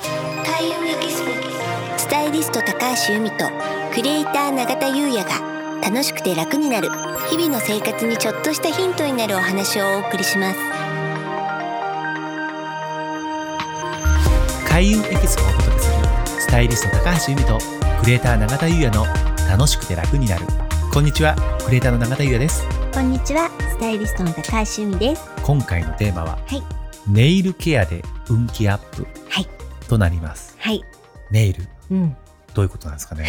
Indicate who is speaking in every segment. Speaker 1: 田優也ギススタイリスト高橋由美とクリエイター永田優也が楽しくて楽になる日々の生活にちょっとしたヒントになるお話をお送りします
Speaker 2: 開運エキスポをお届けするスタイリスト高橋由美とクリエイター永田優也の楽しくて楽になるこんにちはクリエイターの永田優也です
Speaker 1: こんにちはスタイリストの高橋由美です
Speaker 2: 今回のテーマは、
Speaker 1: はい
Speaker 2: ネイルケアで運気アップ
Speaker 1: はい
Speaker 2: となります
Speaker 1: はい
Speaker 2: ネイル
Speaker 1: うん
Speaker 2: どういうことなんですかね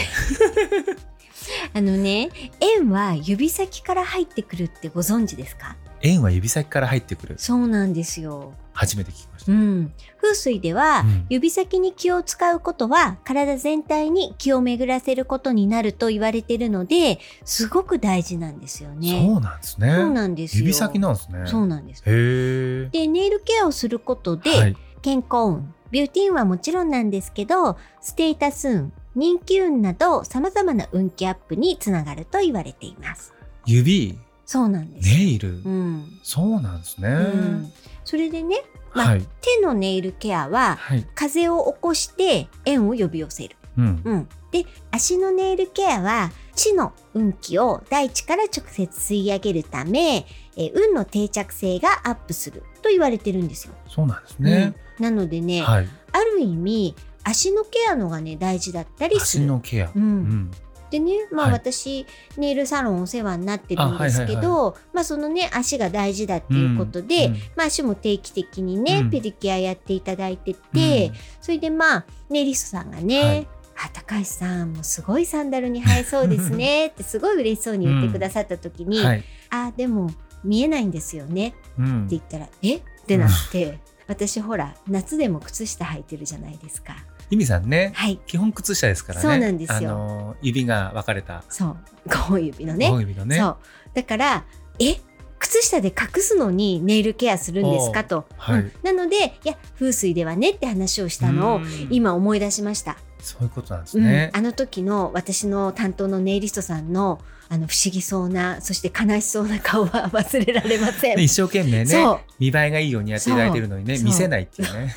Speaker 1: あのね円は指先から入ってくるってご存知ですか
Speaker 2: 円は指先から入ってくる
Speaker 1: そうなんですよ
Speaker 2: 初めて聞きました、
Speaker 1: うん風水では、
Speaker 2: うん
Speaker 1: 指先に気を使うことは体全体に気を巡らせることになると言われてるのですごく大事なんですよね。
Speaker 2: そうなんですね
Speaker 1: そうなんですよ。
Speaker 2: 指先なんですね
Speaker 1: そうなんです。
Speaker 2: へえ
Speaker 1: でネイルケアをすることで、
Speaker 2: はい、
Speaker 1: 健康運ビューティー運はもちろんなんですけどステータス運人気運など様々な運気アップにつながると言われています。
Speaker 2: 指
Speaker 1: そうなんです。
Speaker 2: ネイル、
Speaker 1: うん
Speaker 2: そうなんですね、
Speaker 1: うん、それでねまあ
Speaker 2: はい
Speaker 1: 手のネイルケアは
Speaker 2: はい
Speaker 1: 風邪を起こして円を呼び寄せる。
Speaker 2: うん
Speaker 1: うん、で足のネイルケアは地の運気を大地から直接吸い上げるためえー運の定着性がアップすると言われてるんですよ。
Speaker 2: そうなんですね、
Speaker 1: うんなのでね、
Speaker 2: はい
Speaker 1: ある意味足のケアのがね大事だったりす
Speaker 2: 足
Speaker 1: る。
Speaker 2: のケア、
Speaker 1: う、
Speaker 2: うんん、
Speaker 1: でね、まあ、
Speaker 2: はい
Speaker 1: 私、ネイルサロンお世話になってるん
Speaker 2: あ
Speaker 1: ですけ
Speaker 2: はいは
Speaker 1: どまあそのね足が大事だっていうことで、
Speaker 2: うんうん
Speaker 1: まあ、足も定期的にね、
Speaker 2: うん
Speaker 1: ペディキュアやっていただいてて、それでまあネリストさんがね、
Speaker 2: はい
Speaker 1: あ高橋さんもうすごいサンダルに映えそうです ねってすごい嬉しそうに言ってくださった時に「
Speaker 2: はい、
Speaker 1: あでも見えないんですよね」って
Speaker 2: うん、
Speaker 1: 言ったら「えっ?」てなって私ほら夏でも靴下履いてるじゃないですか。
Speaker 2: ゆみさんね
Speaker 1: はい
Speaker 2: 基本靴下ですからね
Speaker 1: そうなんですよ
Speaker 2: あの指が分かれた
Speaker 1: そう5本指のね
Speaker 2: 5本指のね
Speaker 1: そうだから「え靴下で隠すのにネイルケアするんですか?」と、
Speaker 2: はい
Speaker 1: うんなので「いや風水ではね」って話をしたのを
Speaker 2: うん
Speaker 1: 今思い出しました。
Speaker 2: そういうことなんですね
Speaker 1: うん、、あの時の私の担当のネイリストさんのあの不思議そうなそして悲しそうな顔は忘れられま せん。
Speaker 2: 一生懸命ね
Speaker 1: そう
Speaker 2: 見栄えがいいようにやっていただいてるのにね
Speaker 1: そう
Speaker 2: 見せないっていうね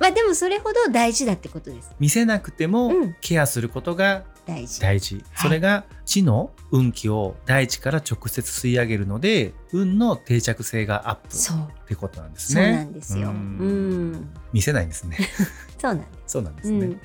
Speaker 1: まあでもそれほど大事だってことです
Speaker 2: 見せなくても
Speaker 1: うん
Speaker 2: ケアすることが
Speaker 1: 大事
Speaker 2: 大事、それが地の運気を大地から直接吸い上げるので運の定着性がアップ
Speaker 1: そう
Speaker 2: ってことなんです
Speaker 1: そう
Speaker 2: ね
Speaker 1: なんですよ、
Speaker 2: う
Speaker 1: うんん
Speaker 2: 見せないんですね
Speaker 1: そうなんです
Speaker 2: そうなんで
Speaker 1: う
Speaker 2: すね、
Speaker 1: ん、でね、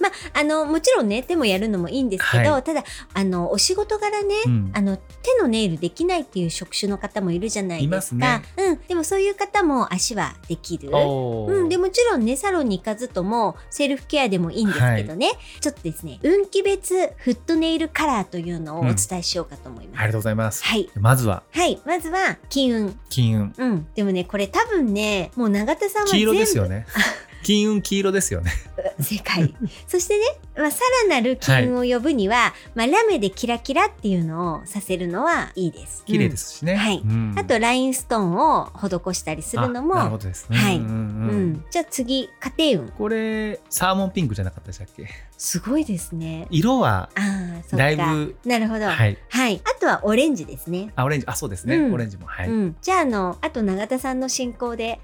Speaker 1: まあ、あのもちろんね手もやるのもいいんですけど、
Speaker 2: は
Speaker 1: ただあのお仕事柄ね、
Speaker 2: うん
Speaker 1: あの手のネイルできないっていう職種の方もいるじゃないです
Speaker 2: い
Speaker 1: か
Speaker 2: ま
Speaker 1: うん、でもそういう方も足はできる。
Speaker 2: おー
Speaker 1: うん、でもちろんねサロンに行かずともセルフケアでもいいんですけどね、ちょっとですね運気別フットネイルカラーというのをお伝えしようかと思います。
Speaker 2: ありがとうございます、
Speaker 1: はい
Speaker 2: まずは
Speaker 1: はい、まずは金運。
Speaker 2: 金運
Speaker 1: うん。でもね、これ多分ね、もう永田さんは
Speaker 2: 黄
Speaker 1: 全部
Speaker 2: 色ですよね 金運黄色ですよね
Speaker 1: 世 界そしてね、まあ、さらなる金運を呼ぶには、まあ、ラメでキラキラっていうのをさせるのはいいです。、
Speaker 2: 綺麗ですすしね、
Speaker 1: うんはい
Speaker 2: うん
Speaker 1: あとラインストーンを施したりするのも、
Speaker 2: あなるほどです、
Speaker 1: はい
Speaker 2: うんうん
Speaker 1: う
Speaker 2: うん
Speaker 1: ん、じゃあ次家庭運
Speaker 2: これサーモンピンクじゃなかったでしたっけ
Speaker 1: すごいですね。
Speaker 2: 色は
Speaker 1: ああそうか
Speaker 2: だいぶ
Speaker 1: なるほど、はい
Speaker 2: はい
Speaker 1: あとはオレンジですね。
Speaker 2: あオレンジあそうですね、
Speaker 1: うん
Speaker 2: オレンジもはい、
Speaker 1: うん、じゃああのあと永田さんの進行で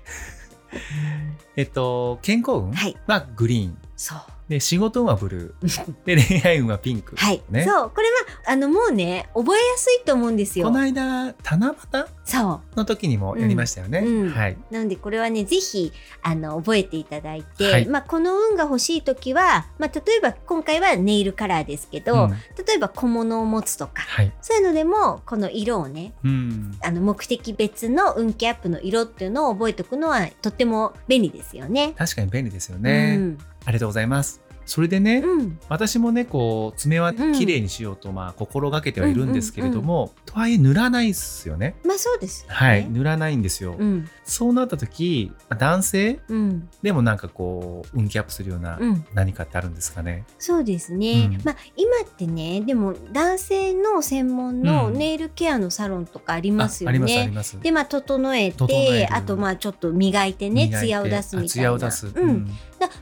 Speaker 2: えっと健康運
Speaker 1: はい
Speaker 2: はグリーン、
Speaker 1: そう
Speaker 2: で仕事運はブル ーで恋愛運はピンク、
Speaker 1: はい、
Speaker 2: ね
Speaker 1: そうこれはあのもうね覚えやすいと思うんです
Speaker 2: こ
Speaker 1: よ
Speaker 2: の。間七夕
Speaker 1: そう
Speaker 2: の時にもやりましたよね、
Speaker 1: うんうん
Speaker 2: はい
Speaker 1: なのでこれはねぜひあの覚えていただいて、
Speaker 2: はい
Speaker 1: まあ、この運が欲しい時は、まあ、例えば今回はネイルカラーですけど、
Speaker 2: うん
Speaker 1: 例えば小物を持つとか
Speaker 2: はい、
Speaker 1: そういうのでもこの色をね
Speaker 2: うん、
Speaker 1: あの目的別の運気アップの色っていうのを覚えておくのはとっても便利ですよね。
Speaker 2: 確かに便利ですよね、
Speaker 1: うん
Speaker 2: ありがとうございますそれでね、
Speaker 1: うん
Speaker 2: 私もねこう爪は綺麗にしようと、まあ心がけてはいるんですけれども、とはいえ塗らないですよね
Speaker 1: まあそうですよね。
Speaker 2: はい、塗らないんですよ、
Speaker 1: うん
Speaker 2: そうなった時男性
Speaker 1: うん
Speaker 2: でもなんかこう運気アップするような
Speaker 1: うん、
Speaker 2: 何かってあるんですかね、
Speaker 1: そうですね、
Speaker 2: うん
Speaker 1: まあ今ってねでも男性の専門の
Speaker 2: うん
Speaker 1: ネイルケアのサロンとかあり
Speaker 2: あ
Speaker 1: ますよ
Speaker 2: あ
Speaker 1: ね。
Speaker 2: りますあります
Speaker 1: でまあ整えて
Speaker 2: 整える
Speaker 1: あとまあちょっと磨いてね
Speaker 2: 磨いて
Speaker 1: 艶を出すみたいな
Speaker 2: あ艶を出す、
Speaker 1: うん、だ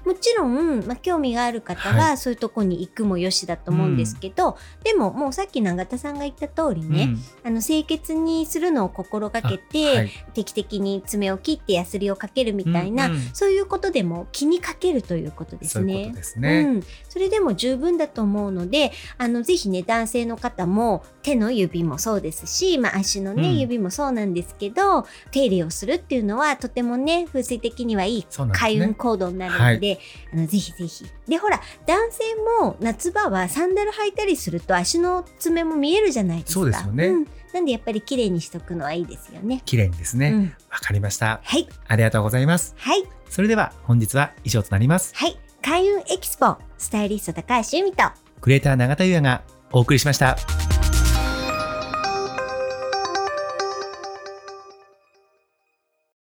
Speaker 1: もちろん、まあ、興味がある方は、
Speaker 2: は
Speaker 1: そういうとこに行くもよしだと思うんですけど、でももうさっき永田さんが言った通りね、あの清潔にするのを心がけて、
Speaker 2: はい
Speaker 1: 定期的に爪を切ってヤスリをかけるみたいな、
Speaker 2: うんうん
Speaker 1: そういうことでも気にかけるということです
Speaker 2: そう
Speaker 1: ね。
Speaker 2: いうことですね。
Speaker 1: うん、それでも十分だと思うのであのぜひね男性の方も手の指もそうですし、まあ、足の、ね
Speaker 2: うん
Speaker 1: 指もそうなんですけど手入れをするっていうのはとてもね風水的にはいい
Speaker 2: そうなんですね
Speaker 1: 開運行動になるので、あのぜひぜひ。でほら男性も夏場はサンダル履いたりすると足の爪も見えるじゃないですか。
Speaker 2: そうですよね
Speaker 1: んなんでやっぱり綺麗にしとくのはいいですよね。
Speaker 2: 綺麗にですね。
Speaker 1: う
Speaker 2: わ、
Speaker 1: ん、
Speaker 2: かりました。
Speaker 1: はい
Speaker 2: ありがとうございます。
Speaker 1: はい
Speaker 2: それでは本日は以上となります。
Speaker 1: はい開運エキスポスタイリスト高橋由美と
Speaker 2: クリエイター永田優也がお送りしました。